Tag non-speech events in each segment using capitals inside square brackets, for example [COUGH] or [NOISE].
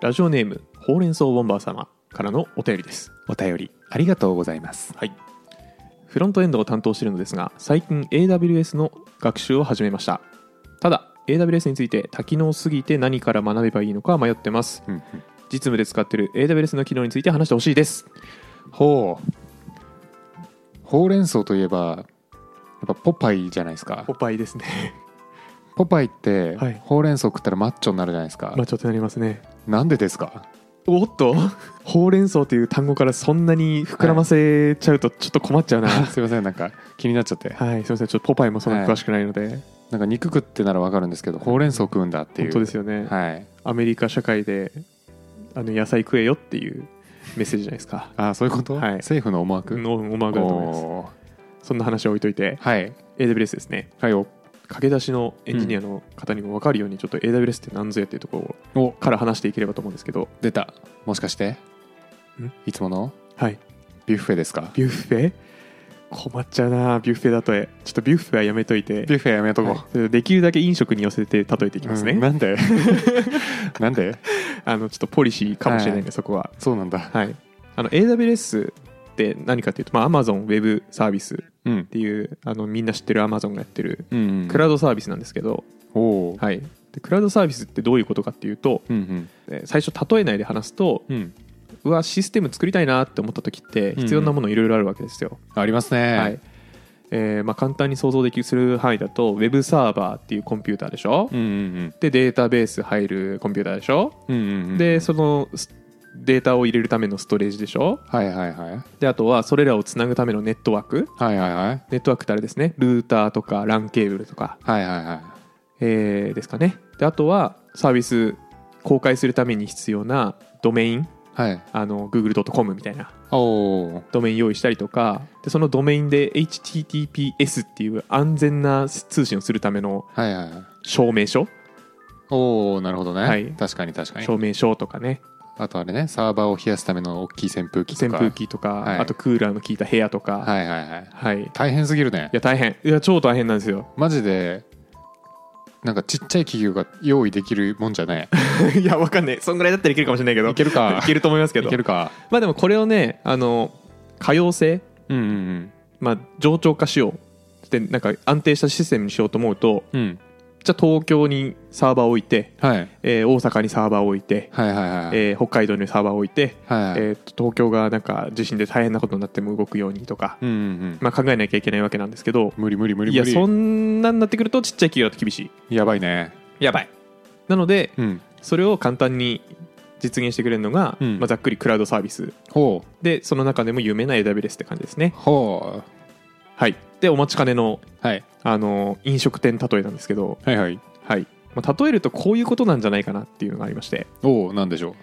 ラジオネームほうれん草ボンバー様からのお便りですお便りありがとうございますはいフロントエンドを担当しているのですが最近 AWS の学習を始めましたただ AWS について多機能すぎて何から学べばいいのか迷ってますうんうん実務で使っている AWS の機能について話してほしいですほうほうれん草といえばやっぱポパイじゃないですかパイ [LAUGHS] ですねポパイって、はいほうれん草食ったらマッチョになるじゃないですか、ちょっとなりますねなんでですか [LAUGHS] おっとほうれん草という単語からそんなに膨らませちゃうとちょっと困っちゃうな [LAUGHS] すいませんなんか気になっちゃってはいすみませんちょっとポパイもそんなに詳しくないので、なんか肉食ってならわかるんですけどほうれん草食うんだっていう本当ですよね、はいアメリカ社会であの野菜食えよっていうメッセージじゃないですかあーそういうこと、はい政府の思惑の思惑だと思いますおーそんな話は置いといてはい AWS ですねはいよ駆け出しのエンジニアの方にも分かるように、ちょっと AWS って何ぞやっていうところおから話していければと思うんですけど出たもしかしていつものはいビュッフェですかビュッフェ困っちゃうなビュッフェだとえちょっとビュッフェはやめといてビュッフェやめとこう、はいそれでできるだけ飲食に寄せて例えていきますね、うんなんで [LAUGHS] なんであのちょっとポリシーかもしれないんで、そこはそうなんだはいあの AWS って何かっていうと、まあ、Amazon ウェブサービスうんっていうあのみんな知ってる Amazon がやってるうんうんクラウドサービスなんですけど、おおーはい、でクラウドサービスってどういうことかっていうとうんえー最初例えないで話すとうんうんうわシステム作りたいなって思った時って必要なものいろいろあるわけですよ、ありますねはいえーまあ、簡単に想像できるする範囲だとウェブサーバーっていうコンピューターでしょ、うんうんでデータベース入るコンピューターでしょ、うんうんうんうんでそのスデータを入れるためのストレージでしょはいはいはいであとはそれらをつなぐためのネットワークはいはいはいネットワークってあれですねルーターとか LAN ケーブルとかはいはいはいえーですかねであとはサービス公開するために必要なドメインはいあの google.com みたいなおおドメイン用意したりとかでそのドメインで HTTPS っていう安全な通信をするためのはいはいはい証明書おおなるほどね、はい確かに確かに証明書とかねあとあれねサーバーを冷やすための大きい扇風機と扇か風機とか、はいあとクーラーの効いた部屋とかはい、はいはいはい大変すぎるねいや大変いや超大変なんですよ [LAUGHS] マジでなんかちっちゃい企業が用意できるもんじ [LAUGHS] ゃねいやわかんないそんぐらいだったらいけるかもしれないけえどいけるか [LAUGHS] いけると思いますけいどけるかまあでもこれをねあの可用性うんうんまあ、冗長化しようでなんか安定したシステムにしようと思うとうんうんじゃあ東京にサーバーを置いて、はいえー大阪にサーバーを置いて、はいはいはいえー北海道にサーバーを置いて、はいはいえーと東京がなんか地震で大変なことになっても動くようにとか、うんうんうんまあ、考えなきゃいけないわけなんですけど無理無理無理い無やそ理んなんなってくるとちっちゃい企業だと厳しやばいねいやばいなのでうんそれを簡単に実現してくれるのが、うんまあ、ざっくりクラウドサービスほうでその中でも有名な AWS って感じですねほはいでお待ちかねのうはいあの飲食店例えなんですけどはいはいはいまあ、例えるとこういうことなんじゃないかなっていうのがありましておおなんでしょう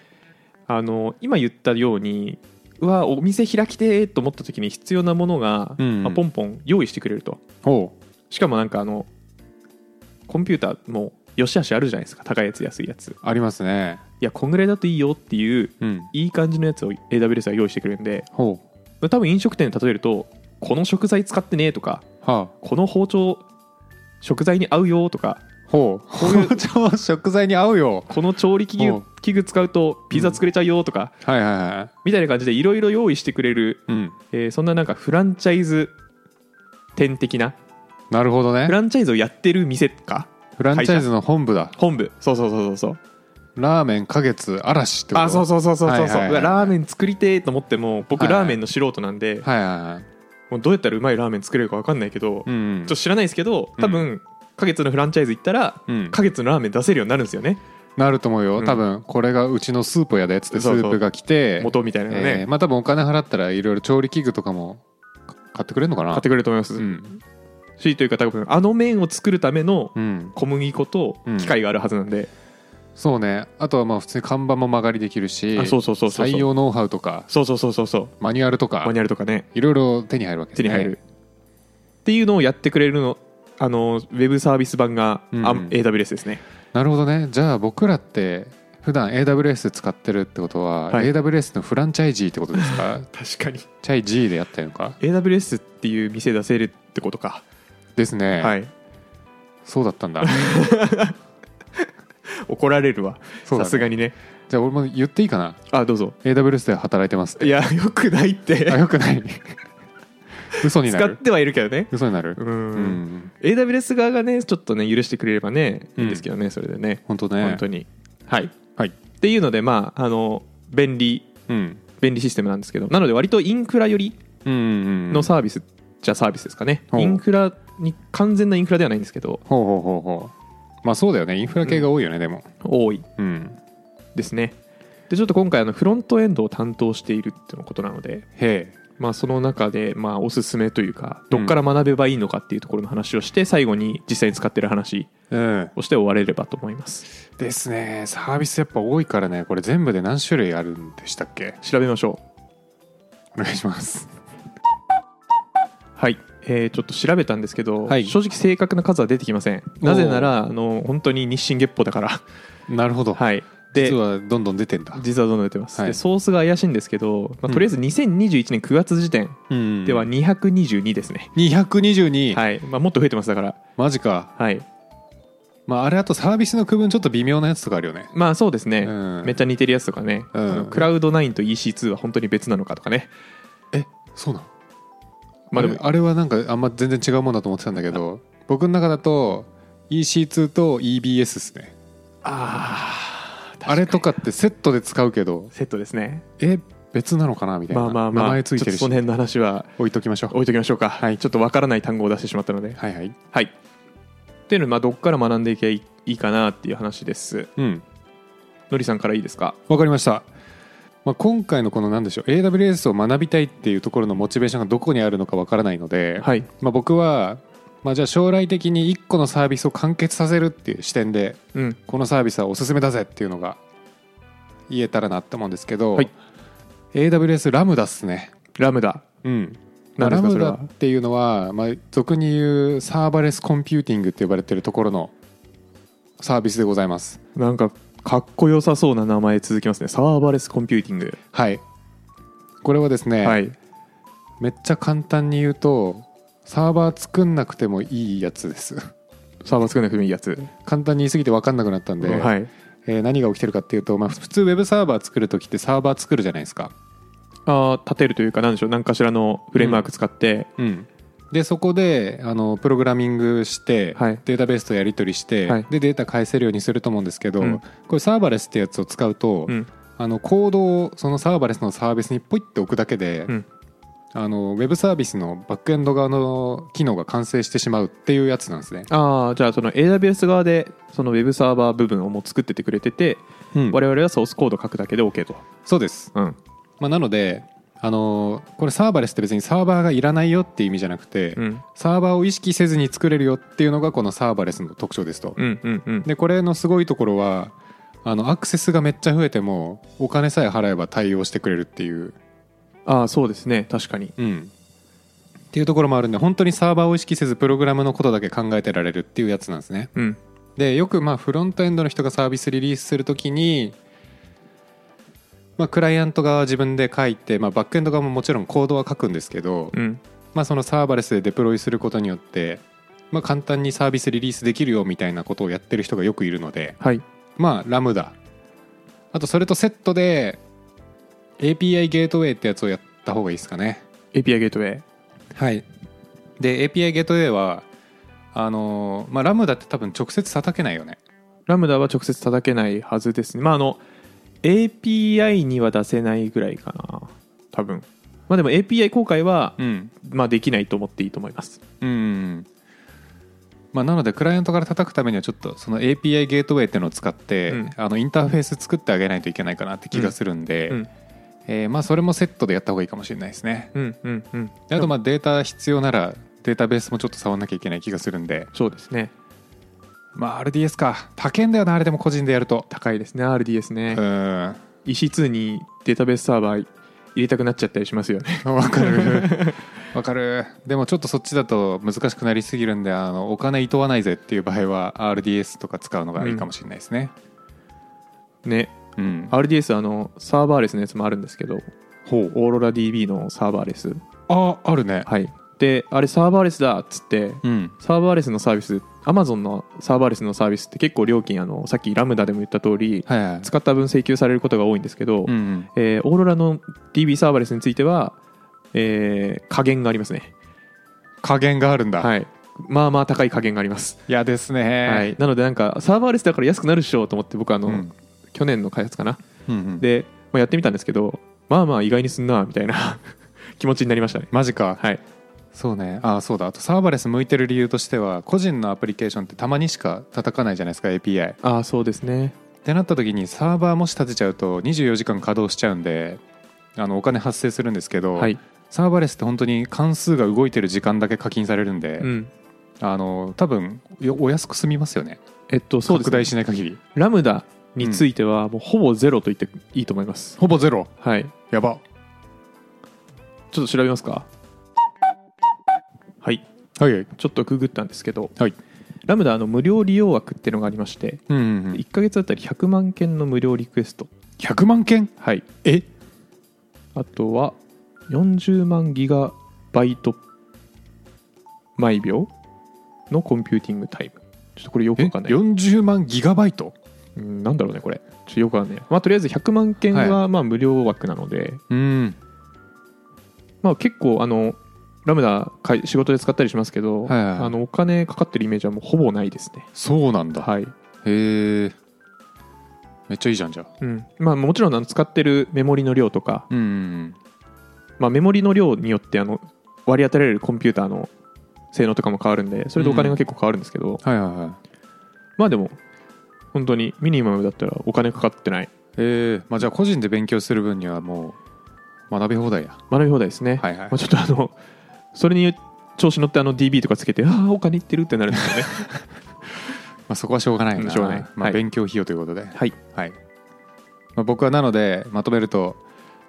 あの今言ったようにうわお店開きてーと思った時に必要なものが、うんうんまあ、ポンポン用意してくれるとほうしかもなんかあのコンピューターも良し悪しあるじゃないですか高いやつ安いやついありますねやこんぐらいだといいよっていううんいい感じのやつを AWS は用意してくれるんでほうまあ多分飲食店で例えるとこの食材使ってねーとかはこの包丁食材に合うよーとかあほうこういう [LAUGHS] 包丁食材に合うよこの調理器具おう器具使うとピザ作れちゃうよーとか、はいはいはみたいな感じでいろいろ用意してくれる、いうんえーそんななんかフランチャイズ店的ななるほどねフランチャイズをやってる店かフランチャイズの本部だ本部そうそうそうそうそうラーメン花月嵐ってことあそうそうそうそうそうそう、はいはいはいうわラーメン作りてーと思っても僕はいはいラーメンの素人なんで、はいはいはいもうどうやったらうまいラーメン作れるか分かんないけど、ちょうんうんっと知らないですけど多分、花月のフランチャイズ行ったら、うん花月のラーメン出せるようになるんですよねなると思うよ、うん多分これがうちのスープやでっつってスそうそうープが来て元みたいなのね、えーまあ多分お金払ったらいろいろ調理器具とかもか買ってくれるのかな買ってくれると思います、うんしというか多分あの麺を作るためのうん、小麦粉と機械があるはずなんで、そうねあとはまあ普通に看板も曲がりできるしあそうそうそうそうそう採用ノウハウとかそうそうそうそうそうマニュアルとかマニュアルとかねいろいろ手に入るわけです手ねに入る、っていうのをやってくれるのあのウェブサービス版が、うんあ AWS ですねなるほどねじゃあ僕らって普段 AWS 使ってるってことは、はい AWS のフランチャイジーってことです [LAUGHS] か確かにチャイジーでやってるのか AWS っていう店出せるってことか、ですね、はいそうだったんだ怒られるわそうださねすがにねじゃあ俺も言っていいかなあどうぞ AWS で働いてますってい [LAUGHS] やよくないってあよくない嘘にな使るってはいるけどね嘘になるううん、ん AWS 側がねちょっとね許してくれればねいいんですけどね、それでね本当ね本当にはいはいっていうのでまああの便利うん便利システムなんですけどなので割とインフラ寄りうんうんうんのサービス、じゃサービスですかねほうインフラに完全なインフラではないんですけどほうほうほうほうまあそうだよねインフラ系が多いよね、でも多いうんですねでちょっと今回あのフロントエンドを担当しているってのことなので、へえまあ、その中でまあおすすめというかどっから学べばいいのかっていうところの話をして最後に実際に使ってる話うんをして終われればと思いますですねサービスやっぱ多いからねこれ全部で何種類あるんでしたっけ調べましょうお願いしますはい、えーちょっと調べたんですけど、はい正直正確な数は出てきませんおーなぜならあの本当に日進月歩だからなるほど、はいで実はどんどん出てんだ、実はどんどん出てます、はいでソースが怪しいんですけど、まうんあ、とりあえず2021年9月時点うんでは222ですね、 222、はい、まあ、もっと増えてますだからマジかはいまああれあとサービスの区分ちょっと微妙なやつとかあるよねまあそうですね、うんめっちゃ似てるやつとかね、うんあのクラウド9と EC2 は本当に別なのかとかねえそうなのまあでもれあれはなんかあんま全然違うもんだと思ってたんだけど僕の中だと EC2 と EBS ですねああれとかってセットで使うけどセットですねえ別なのかなみたいな、まあまあまあ名前ついてちょっるとそのし辺の話は置いときましょう置いときましょうか、はい、ちょっとわからない単語を出してしまったのではいはいはいっていうのでまあどっから学んでいけばいいかなっていう話ですうんのりさんからいいですかわかりました、まあ、今回のこのなんでしょう AWS を学びたいっていうところのモチベーションがどこにあるのかわからないので、はいまあ、僕は、まあ、じゃあ将来的に1個のサービスを完結させるっていう視点でうんこのサービスはおすすめだぜっていうのが言えたらなって思うんですけど、はい AWS ラムダっすねラムダうんま何あでラすかムそれダはっていうのは、まあ、俗に言うサーバレスコンピューティングって呼ばれてるところのサービスでございますなんかかっこよさそうな名前続きますねサーバーレスコンピューティング、はいこれはですね、はいめっちゃ簡単に言うとサーバー作んなくてもいいやつです [LAUGHS] サーバー作らなくてもいいやつ、簡単に言いすぎて分かんなくなったんで、はいえー何が起きてるかっていうと、まあ、普通ウェブサーバー作るときってサーバー作るじゃないですか、あー立てるというか何でしょう何かしらのフレームワーク使って、うん、でそこであのプログラミングして、はいデータベースとやり取りして、はいでデータ返せるようにすると思うんですけど、うんこれサーバーレスってやつを使うと、うんあのコードをそのサーバーレスのサービスにポイって置くだけで、うんあのウェブサービスのバックエンド側の機能が完成してしまうっていうやつなんですね。ああじゃあその AWS 側でそのウェブサーバー部分をもう作っててくれてて、うん我々はソースコード書くだけで OK と、そうです、うん、まあ、なのであのこれサーバーレスって別にサーバーがいらないよっていう意味じゃなくて、うんサーバーを意識せずに作れるよっていうのがこのサーバーレスの特徴ですと。うんうんうんでこれのすごいところはあのアクセスがめっちゃ増えてもお金さえ払えば対応してくれるっていう、ああそうですね確かにうん、っていうところもあるんで本当にサーバーを意識せずプログラムのことだけ考えてられるっていうやつなんですねうんでよくまあフロントエンドの人がサービスリリースするときに、まあ、クライアント側は自分で書いて、まあ、バックエンド側ももちろんコードは書くんですけど、うんまあ、そのサーバーレスでデプロイすることによって、まあ、簡単にサービスリリースできるよみたいなことをやってる人がよくいるので、はいまあラムダあとそれとセットで API ゲートウェイってやつをやった方がいいですかね API ゲートウェイはいで API ゲートウェイはあのーまあラムダって多分直接叩けないよねラムダは直接叩けないはずですねまああの API には出せないぐらいかな多分まあでも API 公開は、うんまあできないと思っていいと思いますうんまあ、なのでクライアントから叩くためにはちょっとその API ゲートウェイっていうのを使って、うんあのインターフェース作ってあげないといけないかなって気がするんで、うんえーまあ、それもセットでやった方がいいかもしれないですねうんうんうんであとまあデータ必要ならデータベースもちょっと触んなきゃいけない気がするんで、そうですねまあ RDS か高いんだよなあれでも個人でやると高いですね RDS うね、ーん EC2 にデータベースサーバー入れたくなっちゃったりしますよね [LAUGHS] わかる [LAUGHS] わかるでもちょっとそっちだと難しくなりすぎるんであのお金いとわないぜっていう場合は RDS とか使うのがいいかもしれないですねねうん、あ RDS あのサーバーレスのやつもあるんですけどほオーロラ DB のサーバーレスああるねはいってあれサーバーレスだっつってうんサーバーレスのサービス Amazon のサーバーレスのサービスって結構料金あのさっきラムダでも言った通りはいはい使った分請求されることが多いんですけど、うんうんえーオーロラの DB サーバーレスについては、えー加減がありますね、加減があるんだ、い、はい、まあまあ高い加減があります、やですねはい、なのでなんかサーバーレスだから安くなるっしょと思って僕あの、うん去年の開発かなうんうんで、まあ、やってみたんですけどまあまあ意外にすんなみたい [LAUGHS] な気持ちになりましたねマジか、はいそうねあそうだあとサーバーレス向いてる理由としては個人のアプリケーションってたまにしか叩かないじゃないですか API っああそうですねてなった時にサーバーもし立てちゃうと24時間稼働しちゃうんであのお金発生するんですけど、はいサーバーレスって本当に関数が動いてる時間だけ課金されるんで、うんあの多分よお安く済みますよねえっとそうです拡ね大しない限りラムダについてはもうほぼゼロと言っていいと思います、ほぼゼロはいやばちょっと調べますかはいはいはいちょっとググったんですけどはいラムダの無料利用枠っていうのがありましてうんうんうん1ヶ月あたり100万件の無料リクエスト100万件はいえあとは40万ギガバイト毎秒のコンピューティングタイムちょっとこれよくえわかんない40万ギガバイトうんなんだろうねこれちょっとよくわかんないまあとりあえず100万件ははまあ無料枠なので、うんまあ結構あのラムダかい仕事で使ったりしますけど、はいはいはいあのお金かかってるイメージはもうほぼないですねそうなんだはい、へえめっちゃいいじゃんじゃあうんまあ、もちろんあの使ってるメモリの量とか、うんうんまあ、メモリの量によってあの割り当てられるコンピューターの性能とかも変わるんでそれでお金が結構変わるんですけど、はいはいはいまあでも本当にミニマムだったらお金かかってないええまあじゃあ個人で勉強する分にはもう学び放題や学び放題です [LAUGHS] ね、はいはまいあ、ちょっとあのそれに調子乗ってあの DB とかつけてああお金いってるってなるんですよねまあ、そこはしょうがないな、うんしょうがないまはあ、い勉強費用ということで、はいはい、まあ、僕はなのでまとめると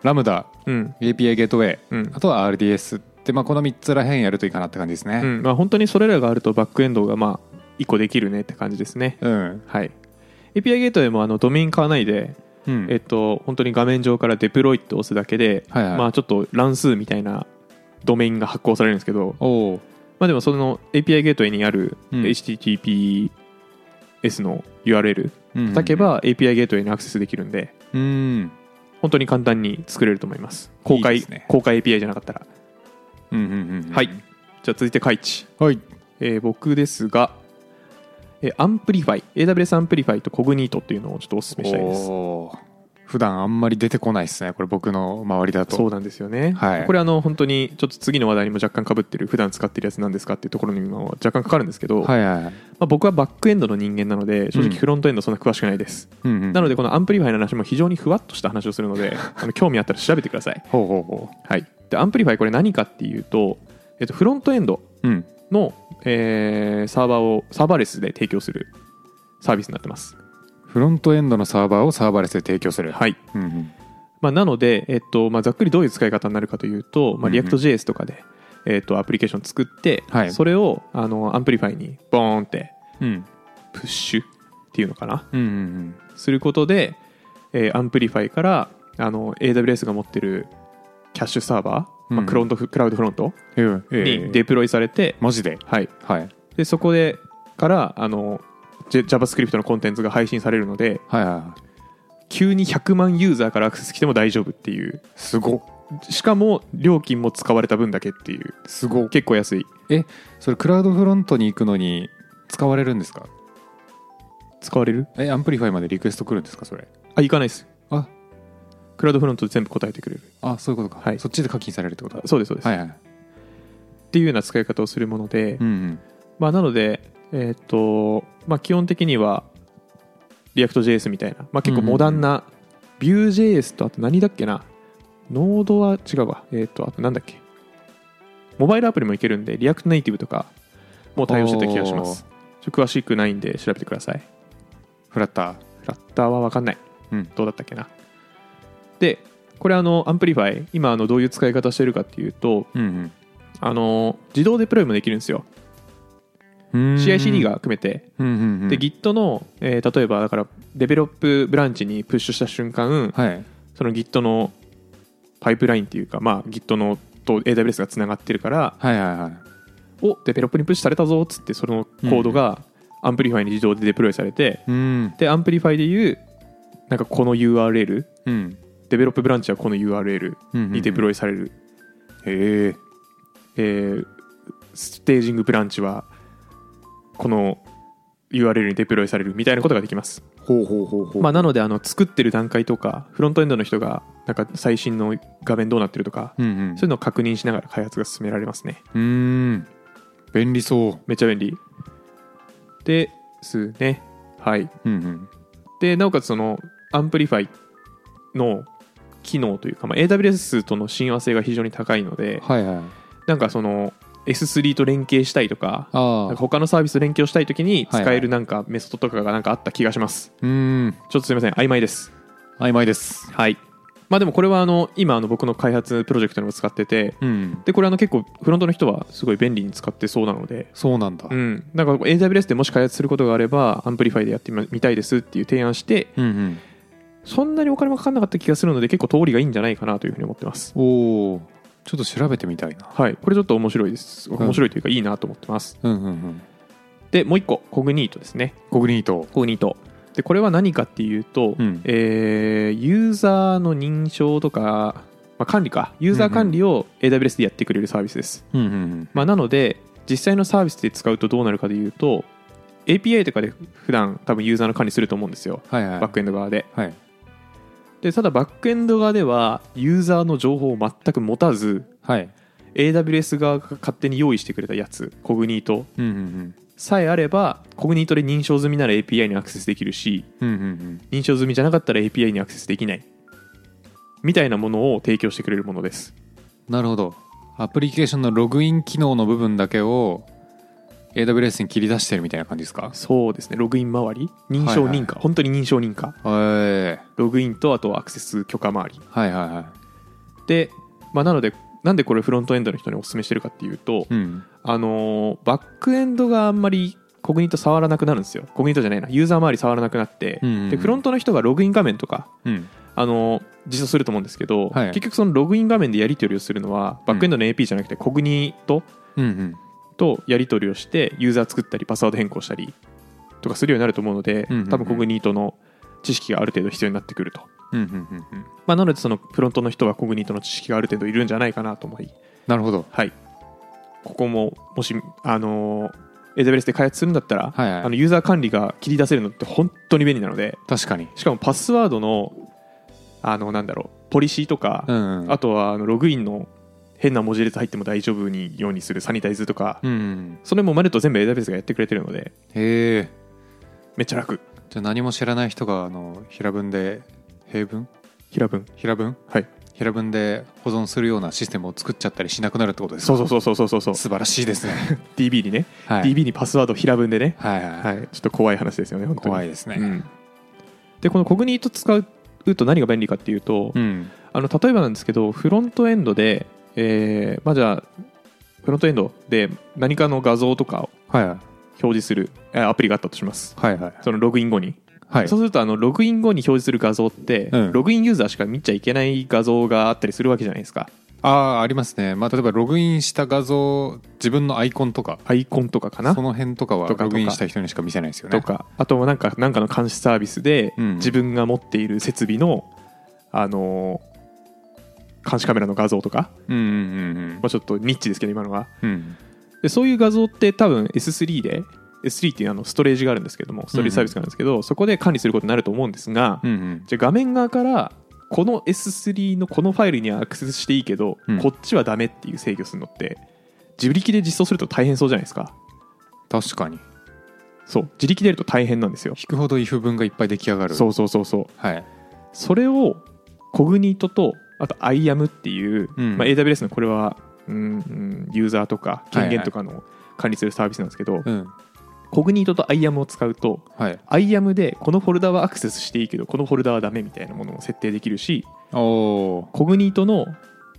ラムダうん、 API ゲートウェイ、うんあとは RDS って、まあ、この3つらへんやるといいかなって感じですうねんまあ、本当にそれらがあるとバックエンドがまあ一個できるねって感じですね。うん、はい、API ゲートでもあのドメイン買わないで、うんえっと、本当に画面上からデプロイって押すだけで、はいはいまあ、ちょっと乱数みたいなドメインが発行されるんですけど、おおまあ、でもその API ゲートにあるうん HTTPS の URL 叩けば API ゲートにアクセスできるんでうん本当に簡単に作れると思います公開いいですね公開 API じゃなかったらうんうんうんうんはいじゃあ続いてカイチはいえー僕ですが、えーアンプリファイ AWS アンプリファイとコグニートっていうのをちょっとお勧めしたいですおー普段あんまり出てこないですねこれ僕の周りだとそうなんですよね、はいこれあの本当にちょっと次の話題にも若干かぶってる普段使ってるやつなんですかっていうところにも若干かかるんですけど、まはいはいはい、あ、僕はバックエンドの人間なので正うん直フロントエンドそんな詳しくないです、うんうん、なのでこのアンプリファイの話も非常にふわっとした話をするの [LAUGHS] であの興味あったら調べてください、ほうほうほはい、でアンプリファイこれ何かっていうと、えっと、フロントエンドううんの、えーサーバーをサーバーレスで提供するサービスになってますフロントエンドのサーバーをサーバーレスで提供するはいうんうんまあ、なので、えっとまあ、ざっくりどういう使い方になるかというと、まうあ、んうん React.js とかで、えっとアプリケーション作って、はいそれをあのアンプリファイにボーンってうんプッシュっていうのかなうんうんうんすることで、えーアンプリファイからあの AWS が持ってるキャッシュサーバー、うんまうあ、んクロントフクラウドフロントうんええにデプロイされて、マジではい、はいでそこでからあのジェ JavaScript のコンテンツが配信されるのではいは急に100万ユーザーからアクセス来ても大丈夫っていういすごしかも料金も使われた分だけっていうすご結構安いえそれクラウドフロントに行くのに使われるんですか使われるえアンプリファイまでリクエスト来るんですかそれあ行かないですあクラウドフロントで全部答えてくれるあそういうことか、はいそっちで課金されるってことそうですそうです、はいはいっていうような使い方をするもので、うんうんまあなのでえーっとまあ基本的には React.js みたいな、まあ、結構モダンな Vue.js とあと何だっけなノードは違うわえーっとあとなんだっけモバイルアプリもいけるんで React ネイティブとかもう対応してた気がしますちょっと詳しくないんで調べてくださいフラッターフラッターは分かんないうんどうだったっけなでこれあのアンプリファイ今あのどういう使い方してるかっていうとうんあの自動デプロイもできるんですようん CICD が組めてうんうんうんで Git の、えー例えばだからデベロップブランチにプッシュした瞬間はいその Git のパイプラインっていうかまあ Git のと AWS がつながってるからはいはいはいおデベロップにプッシュされたぞっつってそのコードがアンプリファイに自動でデプロイされて、うんでアンプリファイでいうなんかこの URL うんデベロップブランチはこの URL にデプロイイされる、へええーステージングブランチはこの URL にデプロイされるみたいなことができます、ほうほうほうほうまあ、なのであの作ってる段階とかフロントエンドの人がなんか最新の画面どうなってるとかうんうんそういうのを確認しながら開発が進められますねうーん便利そめっちゃ便利ですねはいうんうんでなおかつそのアンプリファイの機能というか、まあ、AWS との親和性が非常に高いのではいはいなんかその S3 と連携したいとかあなんあか他のサービスと連携をしたいときに使はいえはるいなんかメソッドとかがなんかあった気がします、うーんちょっとすみません曖昧です曖昧ですはいまあでもこれはあの今あの僕の開発プロジェクトにも使っててうんでこれあの結構フロントの人はすごい便利に使ってそうなのでそうなんだうん、なんか AWS でもし開発することがあればアンプリファイでやってみたいですっていう提案してうんうんそんなにお金もかかんなかった気がするので結構通りがいいんじゃないかなというふうに思ってますおおちょっと調べてみたいなはいこれちょっと面白いですん面白いというかいいなと思ってます、うんうんうんでもう一個コグニートですねコグニートコグニートでこれは何かっていうと、うんえーユーザーの認証とか、まあ、管理かユーザー管理を AWS でやってくれるサービスです、うんうんまあ、なので実際のサービスで使うとどうなるかでいうと API とかで普段多分ユーザーの管理すると思うんですよはいはいバックエンド側ではいでただバックエンド側ではユーザーの情報を全く持たずはい AWS 側が勝手に用意してくれたやつコグニートうんうんさえあればコグニートで認証済みなら API にアクセスできるしうんうんうん認証済みじゃなかったら API にアクセスできないみたいなものを提供してくれるものですなるほどアプリケーションのログイン機能の部分だけを AWS に切り出してるみたいな感じですかそうですねログイン周り認証認可、はいは本当に認証認可はいログインとあとアクセス許可周りはいはで、まあ、なのでなんでこれフロントエンドの人にお勧めしてるかっていうと、いうんあのーバックエンドがあんまりコグニート触らなくなるんですよコグニートじゃないなユーザー周り触らなくなって、うんうんうんでフロントの人がログイン画面とか、うんあのー実装すると思うんですけど、はい結局そのログイン画面でやり取りをするのはバックエンドの AP じゃなくてコグニートうんうんとやり取りをしてユーザー作ったりパスワード変更したりとかするようになると思うので、うんうんうん多分コグニートの知識がある程度必要になってくると。うんうんうんうんまあ、なのでそのフロントの人はコグニートの知識がある程度いるんじゃないかなと思いなるほどはい、ここももし、あのー、AWS で開発するんだったら、はいはいあのユーザー管理が切り出せるのって本当に便利なので確かにしかもパスワードのあのなんだろうポリシーとか、うんうんあとはあのログインの変な文字列入っても大丈夫にようにするサニタイズとか、うんうんそれもまると全部 AWS がやってくれてるのでへえめっちゃ楽じゃあ何も知らない人があの平文で平文平文平文はい平文で保存するようなシステムを作っちゃったりしなくなるってことですそうかそうそうそうそうそう素晴らしいですね [LAUGHS] DB にね、はい DB にパスワード平文でね、はいはい、はい、ちょっと怖い話ですよね本当に怖いですねうんでこのコグニート使うと何が便利かっていうと、うんあの例えばなんですけどフロントエンドで、えーまあ、じゃあフロントエンドで何かの画像とかをはいはい表示するえーアプリがあったとしますはいはいそのログイン後に、はいそうするとあのログイン後に表示する画像って、うんログインユーザーしか見ちゃいけない画像があったりするわけじゃないですかああありますね、まあ、例えばログインした画像自分のアイコンとかアイコンとかかなその辺とかはとかとロかグインした人にしか見せないですよねとかあとはなんかなんかの監視サービスで、うん自分が持っている設備の、あのー監視カメラの画像とか、うんうんうんまあ、ちょっとニッチですけど今のはうんうんでそういう画像って多分 S3 で S3 っていうあのストレージがあるんですけどもストレージサービスがあるんですけど、そこで管理することになると思うんですが、うんうんじゃあ画面側からこの S3 のこのファイルにはアクセスしていいけど、うんこっちはダメっていう制御するのって自力で実装すると大変そうじゃないですか確かにそう自力でやると大変なんですよ引くほど if 文がいっぱい出来上がるそううそうそうそうはいそれをコグニートとあと IAM っていう、うんまあ、AWS のこれは、うんうん、ユーザーとか権限とかの管理するサービスなんですけど、うんコグニートと IAM を使うとはいアイアムでこのフォルダはアクセスしていいけどこのフォルダはダメみたいなものを設定できるしおおコグニートの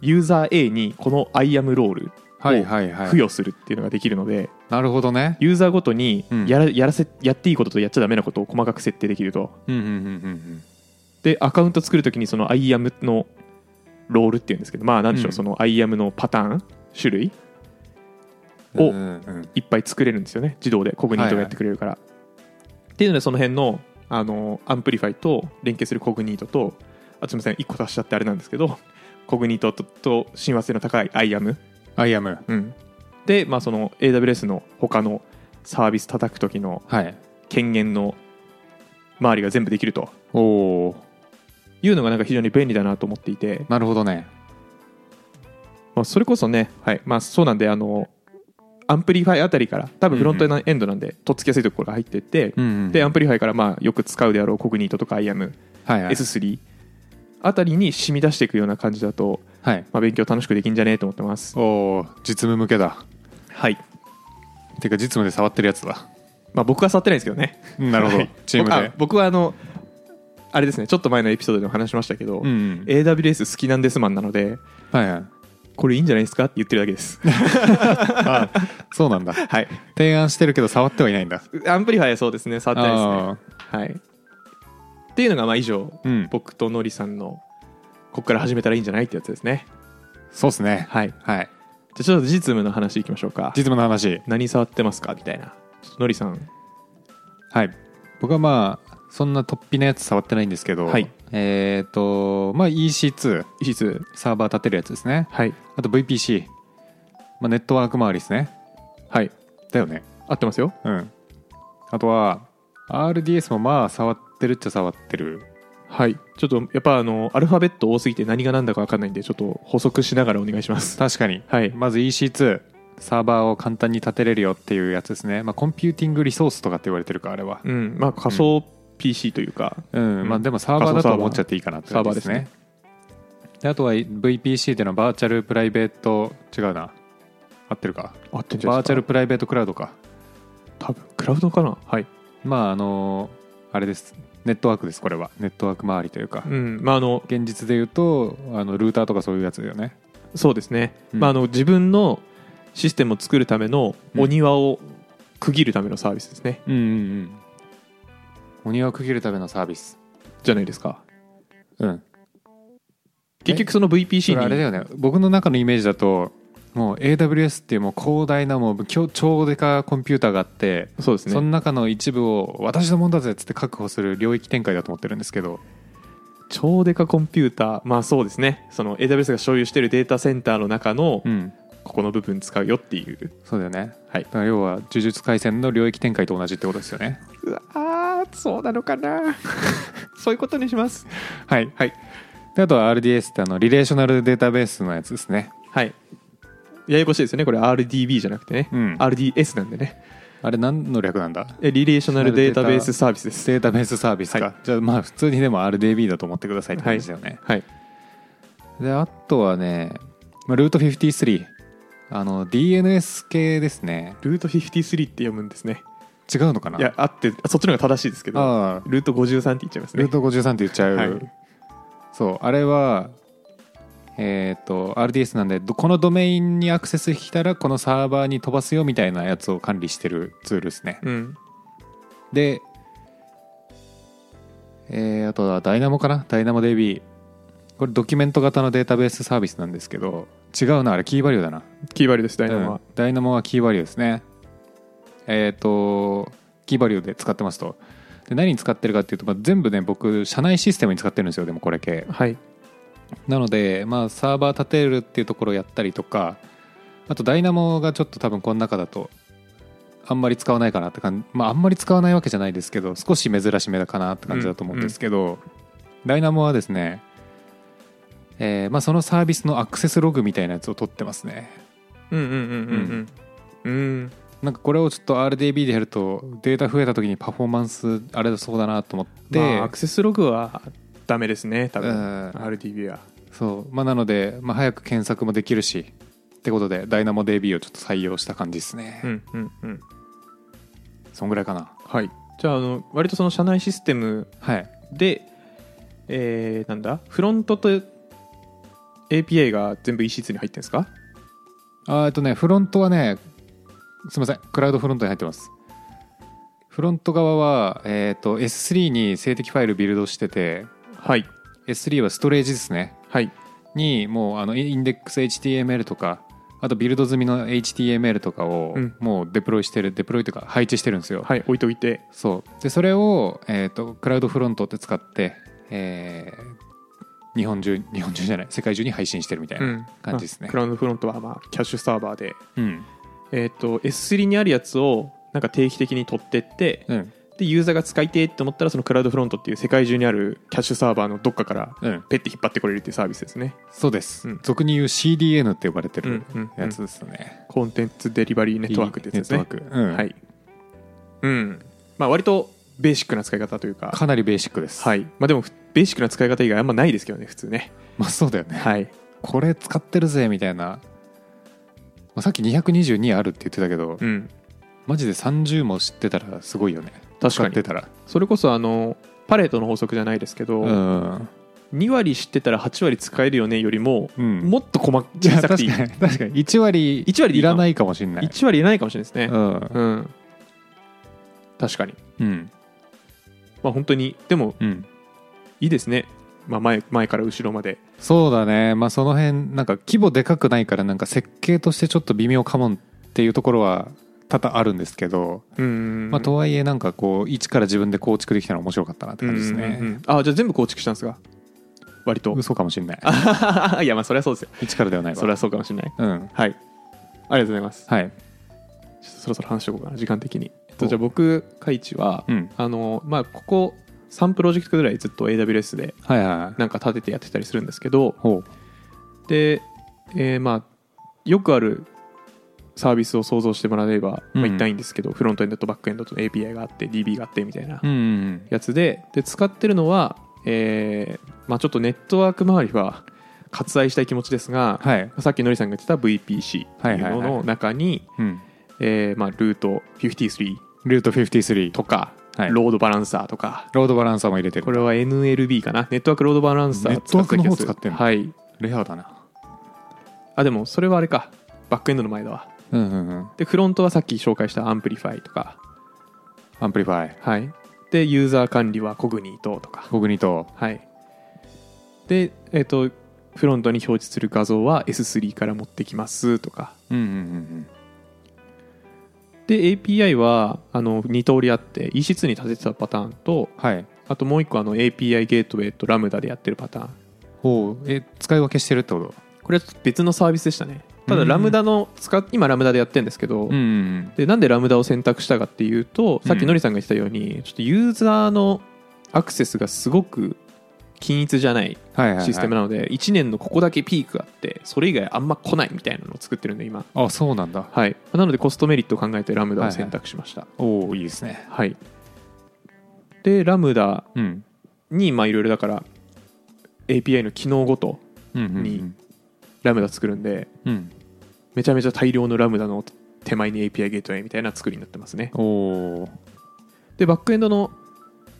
ユーザー A にこのアイアムロールはいはいはい付与するっていうのができるのでなるほどねユーザーごとにうんやらやらせやっていいこととやっちゃダメなことを細かく設定できるとうんうんうんうんうんでアカウント作るときにそのアイアムのロールっていうんですけどまあなんでしょう、うんその IAM のパターン種類うんおうんいっぱい作れるんですよね自動でコグニートがやってくれるから、っていうのでその辺のあのアンプリファイと連携するコグニートとあすみません1個足しちゃってあれなんですけどコグニートとと親和性の高い IAM、アイアムで、まあ、その AWS の他のサービス叩く時のはい権限の周りが全部できるとおおいうのがなんか非常に便利だなと思っていて、なるほどねまあ、それこそね、はいまあ、そうなんであのアンプリファイあたりから多分フロントエンドなんでとっつきやすいところが入っていって、うんうんでアンプリファイからまあよく使うであろうコグニートとか IAM、はいはい S3 あたりに染み出していくような感じだと、はいまあ、勉強楽しくできんじゃねえと思ってますおお実務向けだはい、てか実務で触ってるやつだまあ、僕は触ってないんですけどねなるほはどいチーム僕であ僕はあのあれですねちょっと前のエピソードでも話しましたけど、うんうん AWS 好きなんですマンなのではいはいこれいいんじゃないですかって言ってるだけです [LAUGHS] あそうなんだはい提案してるけど触ってはいないんだアンプリファイはそうですね触ってないですねあはいっていうのがまあ以上ーうん僕とノリさんのこっから始めたらいいんじゃないってやつですねそうですねはいじゃはいあちょっと実務の話いきましょうか実務の話何触ってますかみたいなちょっとノリさんはい僕はまあそんな突飛なやつ触ってないんですけど、はいえっ、とまあ EC2 石津サーバー立てるやつですねはいあと VPC、まあ、ネットワーク周りですねはいだよね合ってますようんあとは RDS もまあ触ってるっちゃ触ってるはいちょっとやっぱあのアルファベット多すぎて何が何だか分かんないんでちょっと補足しながらお願いします確かにはいまず EC2 サーバーを簡単に立てれるよっていうやつですね、まあ、コンピューティングリソースとかって言われてるかあれはうんまあ仮想 PC というか、うん、まあでもサーバーだとは思っちゃっていいかなって感じですサーバね。であとは VPC っていうのはバーチャルプライベート違うな合ってるかあってんじゃなバいーですチかャルプライベートクラウドか多分クラウドかなはい、まああのあれですネットワークですこれはネットワーク周りというか、うんまあ、あの現実で言うとあのルーターとかそういうやつだよねそうですね、うんまあ、あの自分のシステムを作るためのうんお庭を区切るためのサービスですね、うんうんうんお庭を区切るためのサービスじゃないですかうん結局そのそ VPC れあれだによね僕の中のイメージだともう AWS っていうもう広大なもう超超でかコンピューターがあってそうですそのね中の一部を私のもんだぜっつって確保する領域展開だと思ってるんですけど超デカコンピューターまあそうですねその AWS が所有しているデータセンターの中のんここの部分使うよっていう、そうだよねはいだから要は呪術廻戦の領域展開と同じってことですよねうわーそうなのか [LAUGHS] なそういうことにしますはいはいであとは RDS ってあのリレーショナルデータベースのやつですねはいややこしいですよねこれ RDB じゃなくてね、うん RDS なんでねあれ何の略なんだえリレーショナルデータベースサービスですデータベースサービスか、はいじゃあまあ普通にでも RDB だと思ってくださいって感じだよね、はいであとはね、まあ、ルート53あの DNS 系ですねルート53って読むんですね違うのかないやあってあそっちの方が正しいですけどああルート53って言っちゃいますねルート53って言っちゃう、はいそうあれはえっ、と RDS なんでどこのドメインにアクセスしたらこのサーバーに飛ばすよみたいなやつを管理してるツールですね、うんで、えーあとはダイナモかなダイナモ DB これドキュメント型のデータベースサービスなんですけど違うなあれキーバリューだなキーバリューですダイナモうんは、ダイナモはキーバリューですねえっ、とキーバリューで使ってますとで何に使ってるかっていうと、まあ、全部ね僕社内システムに使ってるんですよでもこれ系はいなので、まあ、サーバー立てるっていうところをやったりとかあとダイナモがちょっと多分この中だとあんまり使わないかなって感じ、まあ、あんまり使わないわけじゃないですけど少し珍しめだかなって感じだと思うんですけど、ダイナモはですね、えーまあ、そのサービスのアクセスログみたいなやつを取ってますねうんうんうんうんうんうんなんかこれをちょっと RDB でやるとデータ増えた時にパフォーマンスあれそうだなと思って、で、まあアクセスログはダメですね多分、うん RDB はそうまあなので、まあ、早く検索もできるしってことでダイナモ DB をちょっと採用した感じですね、うんうんうんそんぐらいかなはいじゃああの割とその社内システムはいでえー、なんだフロントと API が全部 EC2 に入ってるんですかあーえっとねフロントはねすいませんクラウドフロントに入ってますフロント側は、えー、と S3 に静的ファイルビルドしててはい S3 はストレージですねはいにもうあのインデックス HTML とかあとビルド済みの HTML とかをうんもうデプロイしてる、デプロイというか配置してるんですよ、はい置いといてそうでそれを、えー、とクラウドフロントって使って、えー日本中日本中じゃない世界中に配信してるみたいな、うん感じですねあクラウドフロントはまあキャッシュサーバーでうんえっ、と S3 にあるやつをなんか定期的に取ってってうんでユーザーが使いてえって思ったらそのクラウドフロントっていう世界中にあるキャッシュサーバーのどっかからうんペッて引っ張ってこれるっていうサービスですねそうです、うん俗に言う CDN って呼ばれてるうんうんうんやつですね、コンテンツデリバリーネットワークってやつですねネットワーク、うんはいうんまあ割とベーシックな使い方というかかなりベーシックです、はいまあでもふベーシックな使い方以外あんまないですけどね普通ねまあそうだよね、はいこれ使ってるぜみたいな、まあ、さっき222あるって言ってたけど、うんマジで30も知ってたらすごいよね確かに使ってたらそれこそあのパレートの法則じゃないですけど、うん、 2割知ってたら8割使えるよねよりも、うん、もっと細かじ小ゃあさくてい [LAUGHS] 確いかに確かに1割1割でいいいからないかもしれない1割いらないかもしれないですねうんうん、確かにうんまあ本当にでもうんいいですね、まあ、前前から後ろまでそうだねまあその辺なんか規模でかくないからなんか設計としてちょっと微妙かもっていうところは多々あるんですけど、うんまあとはいえなんかこう一から自分で構築できたの面白かったなって感じですね、うんうんうんあじゃあ全部構築したんですか割と嘘かもしれないあ [LAUGHS] いやまあそれはそうですよ一からではないわそれはそうかもしれないうんはいありがとうございますはちいょっとそろそろ話しておこうかな時間的に、えっと、おじゃあ僕カイチは、うんあのまあここ3プロジェクトぐらいずっと AWS ではいはいはいなんか立ててやってたりするんですけどほうで、えーまあよくあるサービスを想像してもらえれば、うまんあ、一体いいんですけど、フロントエンドとバックエンドと API があって DB があってみたいなうんうんやつでで使ってるのは、えーまあ、ちょっとネットワーク周りは割愛したい気持ちですが、はいさっきのりさんが言ってた VPC っていうのの中に、うんえーまあ、ルート53ルート53とか、はいロードバランサーとかロードバランサーも入れてるこれは NLB かなネットワークロードバランサーネットワークの気方がする使ってんのはいレアだなあでもそれはあれかバックエンドの前だわうんうんうんでフロントはさっき紹介したアンプリファイとかアンプリファイはいでユーザー管理はコグニートとかコグニトはいでえっ、とフロントに表示する画像は S3 から持ってきますとかうんうんうんで API はあの2通りあって EC2 に立ててたパターンとうんはいあともう1個あの API ゲートウェイとラムダでやってるパターンほうえ使い分けしてるってことこれは別のサービスでしたねただうんラムダの使っ今ラムダでやってるんですけど、うんうんでなんでラムダを選択したかっていうとさっうきんのりさんが言ってたように、ちょっとユーザーのアクセスがすごく均一じゃないはいはいはいシステムなので、1年のここだけピークがあってそれ以外あんま来ないみたいなのを作ってるんで今あそうなんだはいなのでコストメリットを考えてラムダを選択しましたはい、おおいいですねでラムダうんにまあいろいろだから API の機能ごとうんうんうんにラムダ作るんでうんめちゃめちゃ大量のラムダの手前に API ゲートウェイみたいな作りになってますねおおでバックエンドの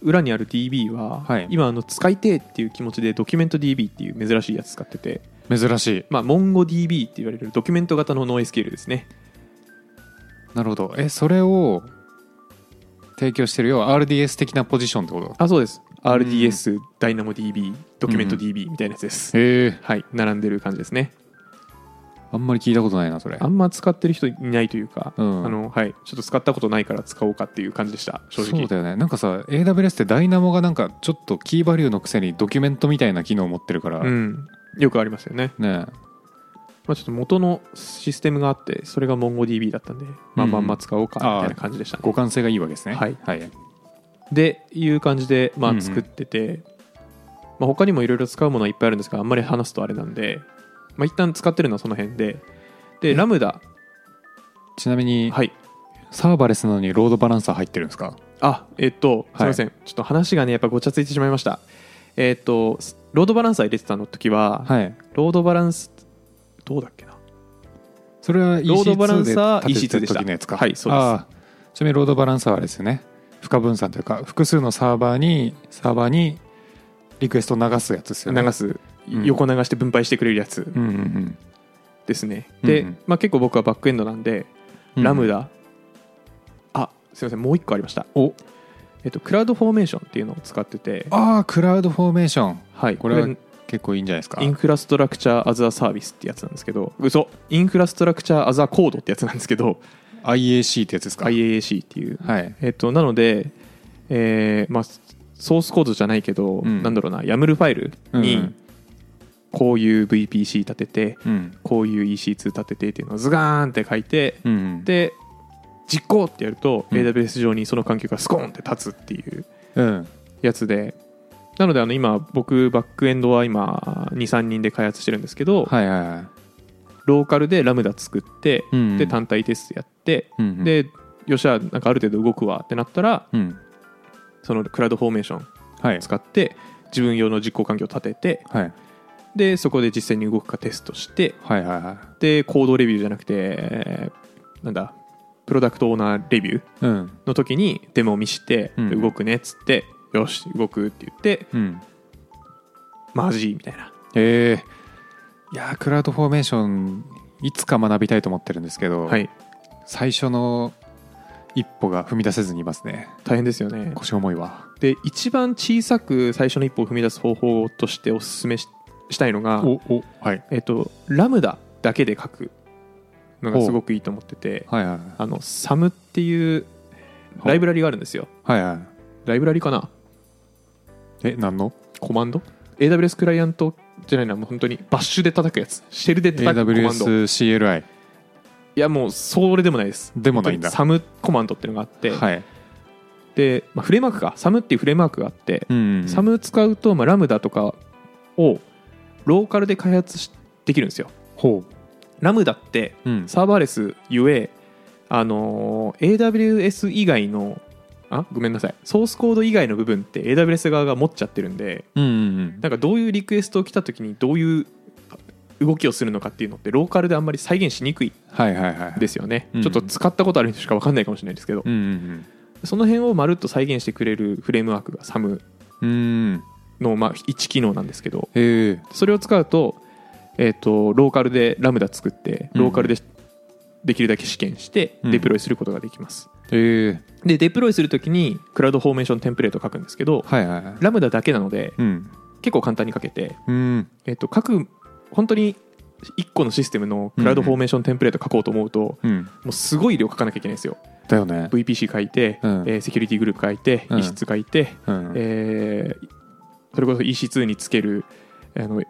裏にある DB は、はい今あの使いてえっていう気持ちでドキュメント DB っていう珍しいやつ使ってて、珍しいまあ、MongoDB って言われるドキュメント型のノー SQL ですねなるほどえそれを提供してるよ RDS 的なポジションってことあそうです RDS、DynamoDB ドキュメント DB みたいなやつです、へえはい並んでる感じですねあんまり聞いたことないなそれあんま使ってる人いないというか、うんあのはい、ちょっと使ったことないから使おうかっていう感じでした正そ直うだよねなんかさ AWS ってダイナモがなんかちょっとキーバリューのくせにドキュメントみたいな機能を持ってるから、うん、よくありますよね、ねまあ、ちょっと元のシステムがあってそれが MongoDB だったんで、まあ、うんまあまあ使おうかみたいな感じでしたね、互換性がいいわけですねはいはい、でいう感じで、まうんうあ、ん作ってて、まあ、他にもいろいろ使うものはいっぱいあるんですがあんまり話すとあれなんで、まあ、一旦使ってるのはその辺ででラムダちなみに、はいサーバレスなのにロードバランサー入ってるんですかあえっといすいません、ちょっと話がねやっぱごちゃついてしまいましたえっとロードバランサー入れてたの時は、はいロードバランスどうだっけなそれは EC2 でロードバランサー立て EC2 でした時のやつかはいそうですあーちなみにロードバランサーはあれですよね不可分散というか複数のサーバーにサーバーにリクエストを流すやつですよね流す、うん横流して分配してくれるやつうんうんうんですね、うんで、うんまあ、結構僕はバックエンドなんで、うんラムダあすいませんもう一個ありましたおえっと、クラウドフォーメーションっていうのを使ってて、ああクラウドフォーメーションはい、これは結構いいんじゃないですかインフラストラクチャー・アズ・ア・サービスってやつなんですけど嘘インフラストラクチャー・アズ・ア・コードってやつなんですけど IAC ってやつですか IAAC っていう、はいえっと、なので、えーまあ、ソースコードじゃないけど、うんなんだろうな YAML ファイルうんうにんこういう VPC 立てて、うんこういう EC2 立ててっていうのをズガーンって書いて、うんで実行ってやると、うん AWS 上にその環境がスコーンって立つっていううんやつでなのであの今僕バックエンドは今23人で開発してるんですけど、はいはいはいローカルでラムダ作って、うんうんで単体テストやって、うんうんでよっしゃなんかある程度動くわってなったらうんそのクラウドフォーメーションはい使って自分用の実行環境を立ててはいでそこで実際に動くかテストしてはいはいはでコードレビューじゃなくてえーなんだプロダクトオーナーレビューいうんの時にデモを見して、うんで動くねっつってよし動くって言ってうんマジみたいなええいやークラウドフォーメーションいつか学びたいと思ってるんですけど、はい最初の一歩が踏み出せずにいますね大変ですよね腰重いわで一番小さく最初の一歩を踏み出す方法としておすすめししたいのが、おはいえっと、ラムダだけで書くのがすごくいいと思っててはいはいあのサムっていうライブラリがあるんですよはいはいライブラリかなえ何のコマンド AWS クライアントじゃないなもう本当にバッシュで叩くやつシェルで叩くコマンドい AWSCLI やもうそれでもないですでもないんだ本当にサムコマンドっていうのがあって、はい、で、まあ、フレームワークかサムっていうフレームワークがあって、うんうんうん、サム使うと、まあ、ラムダとかをローカルで開発しできるんですよほラムダってう、うん、サーバーレスゆえ、あのー AWS 以外のあごめんなさいソースコード以外の部分って AWS 側が持っちゃってるんでうんうんうんなんかどういうリクエストを来た時にどういう動きをするのかっていうのってローカルであんまり再現しにくいはいはいはいですよね、うんちょっと使ったことある人しか分かんないかもしれないですけど、うんうんその辺をまるっと再現してくれるフレームワークが SAM うんうんの、まあ、1機能なんですけどへえそれを使うと,、えー、とローカルでラムダ作ってローカルでできるだけ試験してうんデプロイすることができます、へえでデプロイするときにクラウドフォーメーションテンプレートを書くんですけどはいはいはいラムダだけなのでうん結構簡単に書けて、うんえっと書く本当に1個のシステムのクラウドフォーメーションテンプレート書こうと思うと、もうんうすごい量書かなきゃいけないんですよだよね、 VPC 書いて、うんえーセキュリティグループ書いてうん異質書いて、うんえーそれこそ EC2 につけるあの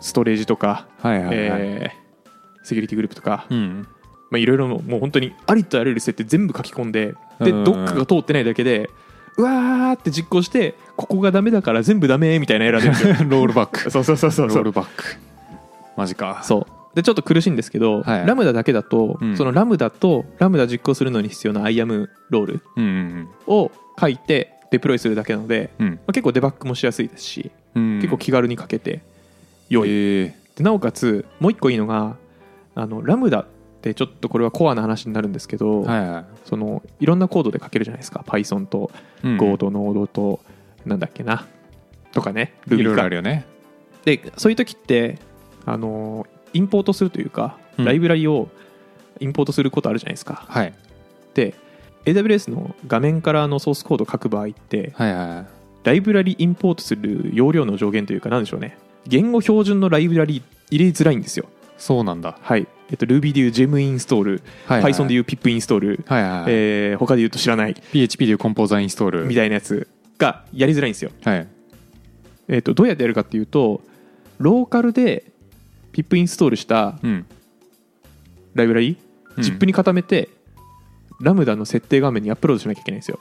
ストレージとか、はいはいはい、えーセキュリティグループとか、うんまあ、いろいろもう本当にありとあらゆる設定全部書き込んででうんどっかが通ってないだけでうわーって実行してここがダメだから全部ダメみたいなエラー [LAUGHS] なんですよロールバック。そうそうそうそうロそールうバック。マジか。そうでちょっと苦しいんですけど、はいラムダだけだと、うんそのラムダとラムダ実行するのに必要な IAM ロールうんうんを書いてデプロイするだけなので、うん。うんまあ、結構デバッグもしやすいですし、うん。結構気軽に書けて良いええでなおかつもう一個いいのがあのラムダってちょっとこれはコアな話になるんですけど、はいはいそのいろんなコードで書けるじゃないですか Python とうん。 Go と Node となんだっけなとかねいろ Ruby いろあかるよね。でそういう時ってあのインポートするというかうんライブラリをインポートすることあるじゃないですか、はい。で AWS の画面からのソースコードを書く場合ってはいはいはい。ライブラリインポートする容量の上限というかなんでしょうね言語標準のライブラリ入れづらいんですよそうなんだ。はい、えっと、Ruby でいう Gem インストール、はいはい。 Python でいう Pip インストール、はいはいはい。えー他でいうと知らない PHP でいうコンポーザーインストール。みたいなやつがやりづらいんですよ。はい。えっとどうやってやるかっていうと、ローカルで Pip インストールしたうん。ライブラリ、うん ZIP に固めて、ラムダの設定画面にアップロードしなきゃいけないんですよ。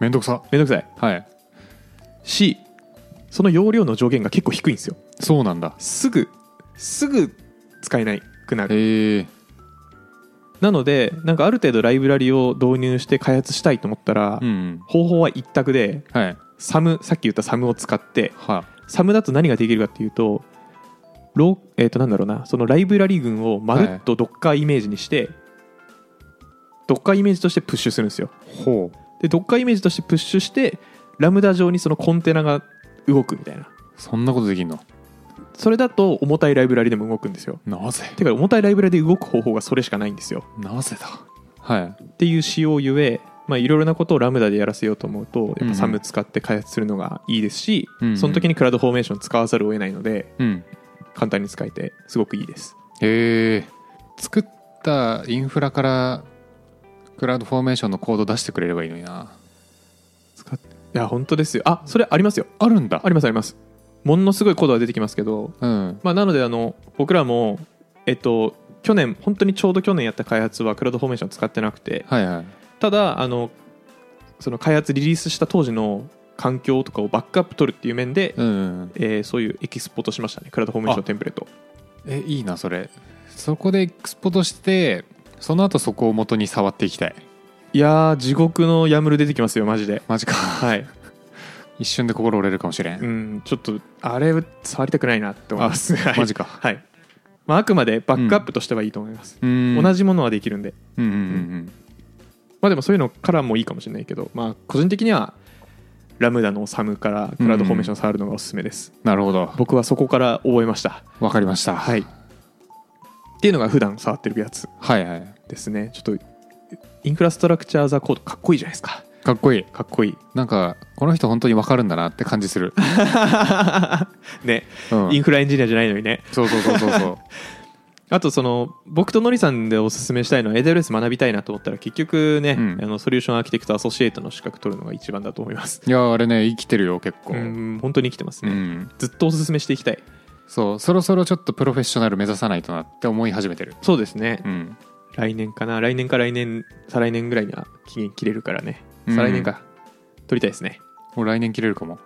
めんどくさ。めんどくさい。はい。し、その容量の上限が結構低いんですよ。そうなんだ。すぐ、すぐ使えないくなる。ええなので、なんかある程度ライブラリを導入して開発したいと思ったら、うん。方法は一択で、はい。サムさっき言ったサムを使ってはサムだと何ができるかっていうとローえー、となんだろうなそのライブラリ群をまるっと Docker イメージにして、Docker イメージとしてプッシュするんですよほう。で Docker イメージとしてプッシュしてラムダ上にそのコンテナが動くみたいなそんなことできんのそれだと重たいライブラリでも動くんですよなぜてか重たいライブラリで動く方法がそれしかないんですよなぜだはい。っていう仕様ゆえまあ、いろいろなことをラムダでやらせようと思うとやうっんうぱんサム使って開発するのがいいですし、うんうんその時にクラウドフォーメーション使わざるを得ないのでうん簡単に使えてすごくいいですへえ作ったインフラからクラウドフォーメーションのコード出してくれればいいのにな使っいや本当ですよあそれありますよあるんだありますありますものすごいコードは出てきますけど、うんまあ、なのであの僕らもえっと去年本当にちょうど去年やった開発はクラウドフォーメーション使ってなくてはいはいただあのその開発リリースした当時の環境とかをバックアップ取るっていう面で、うんえーそういうエキスポートしましたねクラウドフォーメーションテンプレートえいいなそれそこでエクスポとしてその後そこを元に触っていきたいいやー地獄のヤムル出てきますよマジでマジかはい一瞬で心折れるかもしれん、うんちょっとあれ触りたくないなって思いますはいマジかはい、まあ、あくまでバックアップとしてはいいと思います、うん同じものはできるんでうんうんうんまあでもそういうのからもいいかもしれないけどまあ個人的にはラムダのサムからクラウドフォーメーション触るのがおすすめです、なるほど僕はそこから覚えましたわかりましたはいっていうのが普段触ってるやつはいはいですねちょっとインフラストラクチャーザコードかっこいいじゃないですかかっこいいかっ [LAUGHS] こいいなんかこの人本当にわかるんだなって感じする、ね、うん、インフラエンジニアじゃないのにねそうそうそうそうそうあとその僕とのりさんでおすすめしたいのは AWS 学びたいなと思ったら結局ね、うんあのソリューションアーキテクトアソシエイトの資格取るのが一番だと思いますいやーあれね生きてるよ結構うん本当に生きてますね、うんずっとおすすめしていきたいそうそろそろちょっとプロフェッショナル目指さないとなって思い始めてるそうですね、うん来年かな来年か来年再来年ぐらいには期限切れるからねうん再来年か、取りたいですねもう来年切れるかも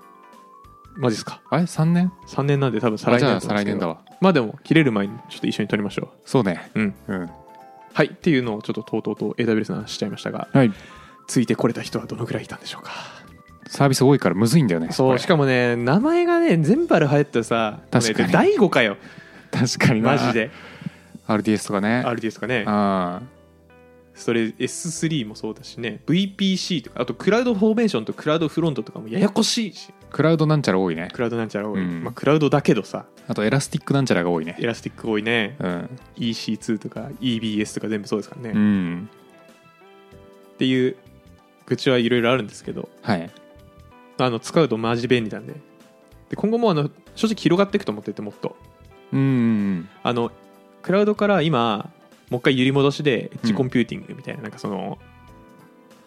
マジっすかあれ3年3年なんで多分再あ来じ年ゃだあと思うん再来ですけど年だわまあでも切れる前にちょっと一緒に取りましょそうねううんうんはいっていうのをちょっととうとうと AWS の話しちゃいましたがはいついてこれた人はどのぐらいいたんでしょうかサービス多いからむずいんだよねそうしかもね名前がね全部ある流行ってさ確かにもうね第5かよ [LAUGHS] 確かになマジで RDS とかね RD ですかねあそれ S3 もそうだしね VPC とかあとクラウドフォーメーションとクラウドフロントとかもややこしいしークラウドなんちゃら多いねクラウドなんちゃら多い、うんまあ、クラウドだけどさあとエラスティックなんちゃらが多いねエラスティック多いねうん EC2 とか EBS とか全部そうですからね、うっんていう愚痴はいろいろあるんですけどはいあの使うとマジ便利なんでで今後もあの正直広がっていくと思っててもっとうんうんあのクラウドから今もう一回揺り戻しでエッジコンピューティングみたいな,、なんかその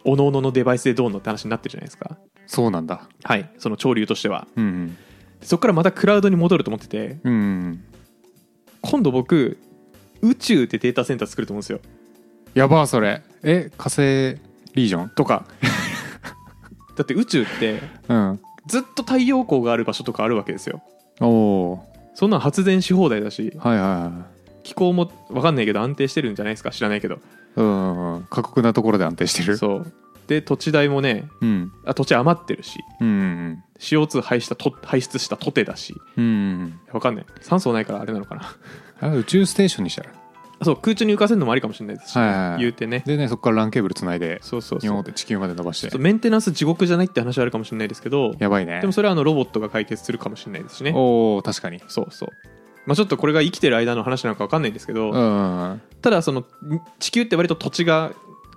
おのおののデバイスでどうのって話になってるじゃないですかそうなんだはいその潮流としてはうんでそこからまたクラウドに戻ると思っててうんうん今度僕宇宙でデータセンター作ると思うんですよやばーそれえ火星リージョンとかだって宇宙ってうんずっと太陽光がある場所とかあるわけですよおおそんなん発電し放題だしーはいはいはい気候も分かんないけど安定してるんじゃないですか知らないけどうんうんうん過酷なところで安定してるそうで土地代もねうんあ土地余ってるしうん CO2 排出したと排出したとてだしうんうんわかんない酸素ないからあれなのかな [LAUGHS] あれ宇宙ステーションにしたらあそう空中に浮かせるのもありかもしれないですし、はいはいはい言うてねでねそこからランケーブルつないでそうそう日そ本うで地球まで伸ばしちょっとてメンテナンス地獄じゃないって話はあるかもしれないですけどやばいねでもそれはあのロボットが解決するかもしれないですしねおお確かにそうそうまあちょっとこれが生きてる間の話なのかわかんないんですけど、うんうんうんただそのん地球って割と土地が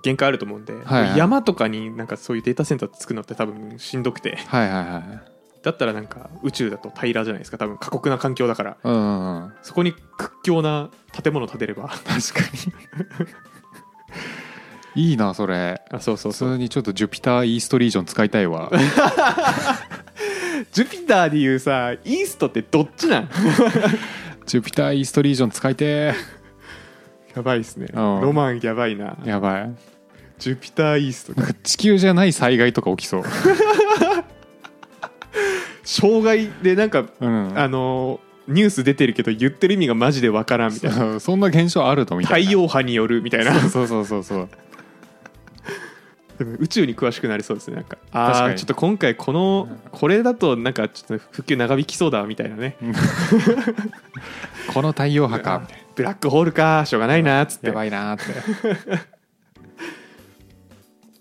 限界あると思うんで、はいはい山とかになんかそういうデータセンター作るのって多分しんどくてはいはいはいだったらなんか宇宙だと平らじゃないですか多分過酷な環境だからうんうんうんそこに屈強な建物建てれ [LAUGHS] ば確かに [LAUGHS] いいなそれあそうそう普そう通にちょっとジュピターイーストリージョン使いた [LAUGHS] いわジュピターでいうさイーストってどっちなんジュピターイーストリージョン使いて [LAUGHS] やばいっすねうんロマンやばいなーやばいジュピターイース [LAUGHS] ト地球じゃない災害とか起きそう、障害でなんかうん、あのーニュース出てるけど言ってる意味がマジでわからんみたいな [LAUGHS] そんな現象あるのみた太いな陽波によるみたいな [LAUGHS] そうそうそうそうでも宇宙に詳しくなりそうですねなんか確あかあにちょっと今回このこれだとなんかちょっと復旧長引きそうだみたいなねこの太陽波あかみたいブラックホールかしょうがないなっつっなてやばいなーって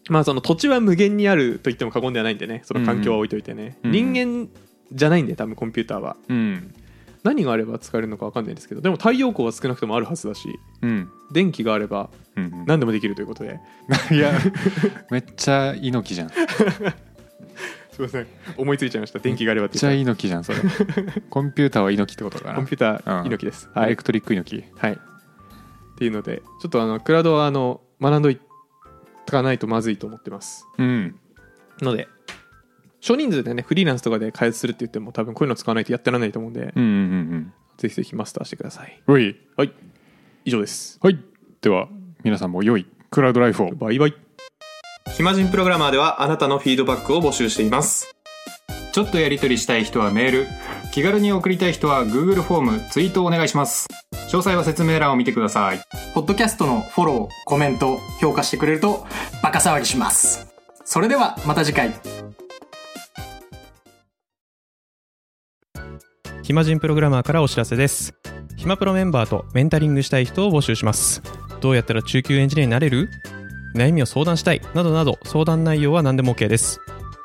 まあその土地は無限にあると言っても過言ではないんでねその環境は置いといてね、うんうん人間じゃないんで多分コンピューターはうん何があれば使えるのか分かんないですけどでも太陽光は少なくともあるはずだしうん電気があればうんうん何でもできるということでいやめっちゃ猪木じゃんめっすいません思いついちゃいました電気があればってちゃ言っ猪木じゃんそれコンピューターは猪木ってことかたなコンピュータうーん猪木です、エはレい、クトリック猪木はい、っていうのでちょっとあのクラウドはあの学んどいかないとまずいと思ってますうんので少人数でねフリーランスとかで開発するって言っても多分こういうの使わないとやってらんないと思うんで、うんうんうんぜひぜひマスターしてくださいうんおいはい以上ですはいでは皆さんも良いクラウドライフをバイバイ暇人プログラマーではあなたのフィードバックを募集していますちょっとやり取りしたい人はメール気軽に送りたい人は Google フォームツイートをお願いします詳細は説明欄を見てくださいポッドキャストのフォロー、コメント、評価してくれるとバカ騒ぎします。それではまた次回。暇人プログラマーからお知らせです暇プロメンバーとメンタリングしたい人を募集しますどうやったら中級エンジニアになれる悩みを相談したいなどなど相談内容は何でも OK です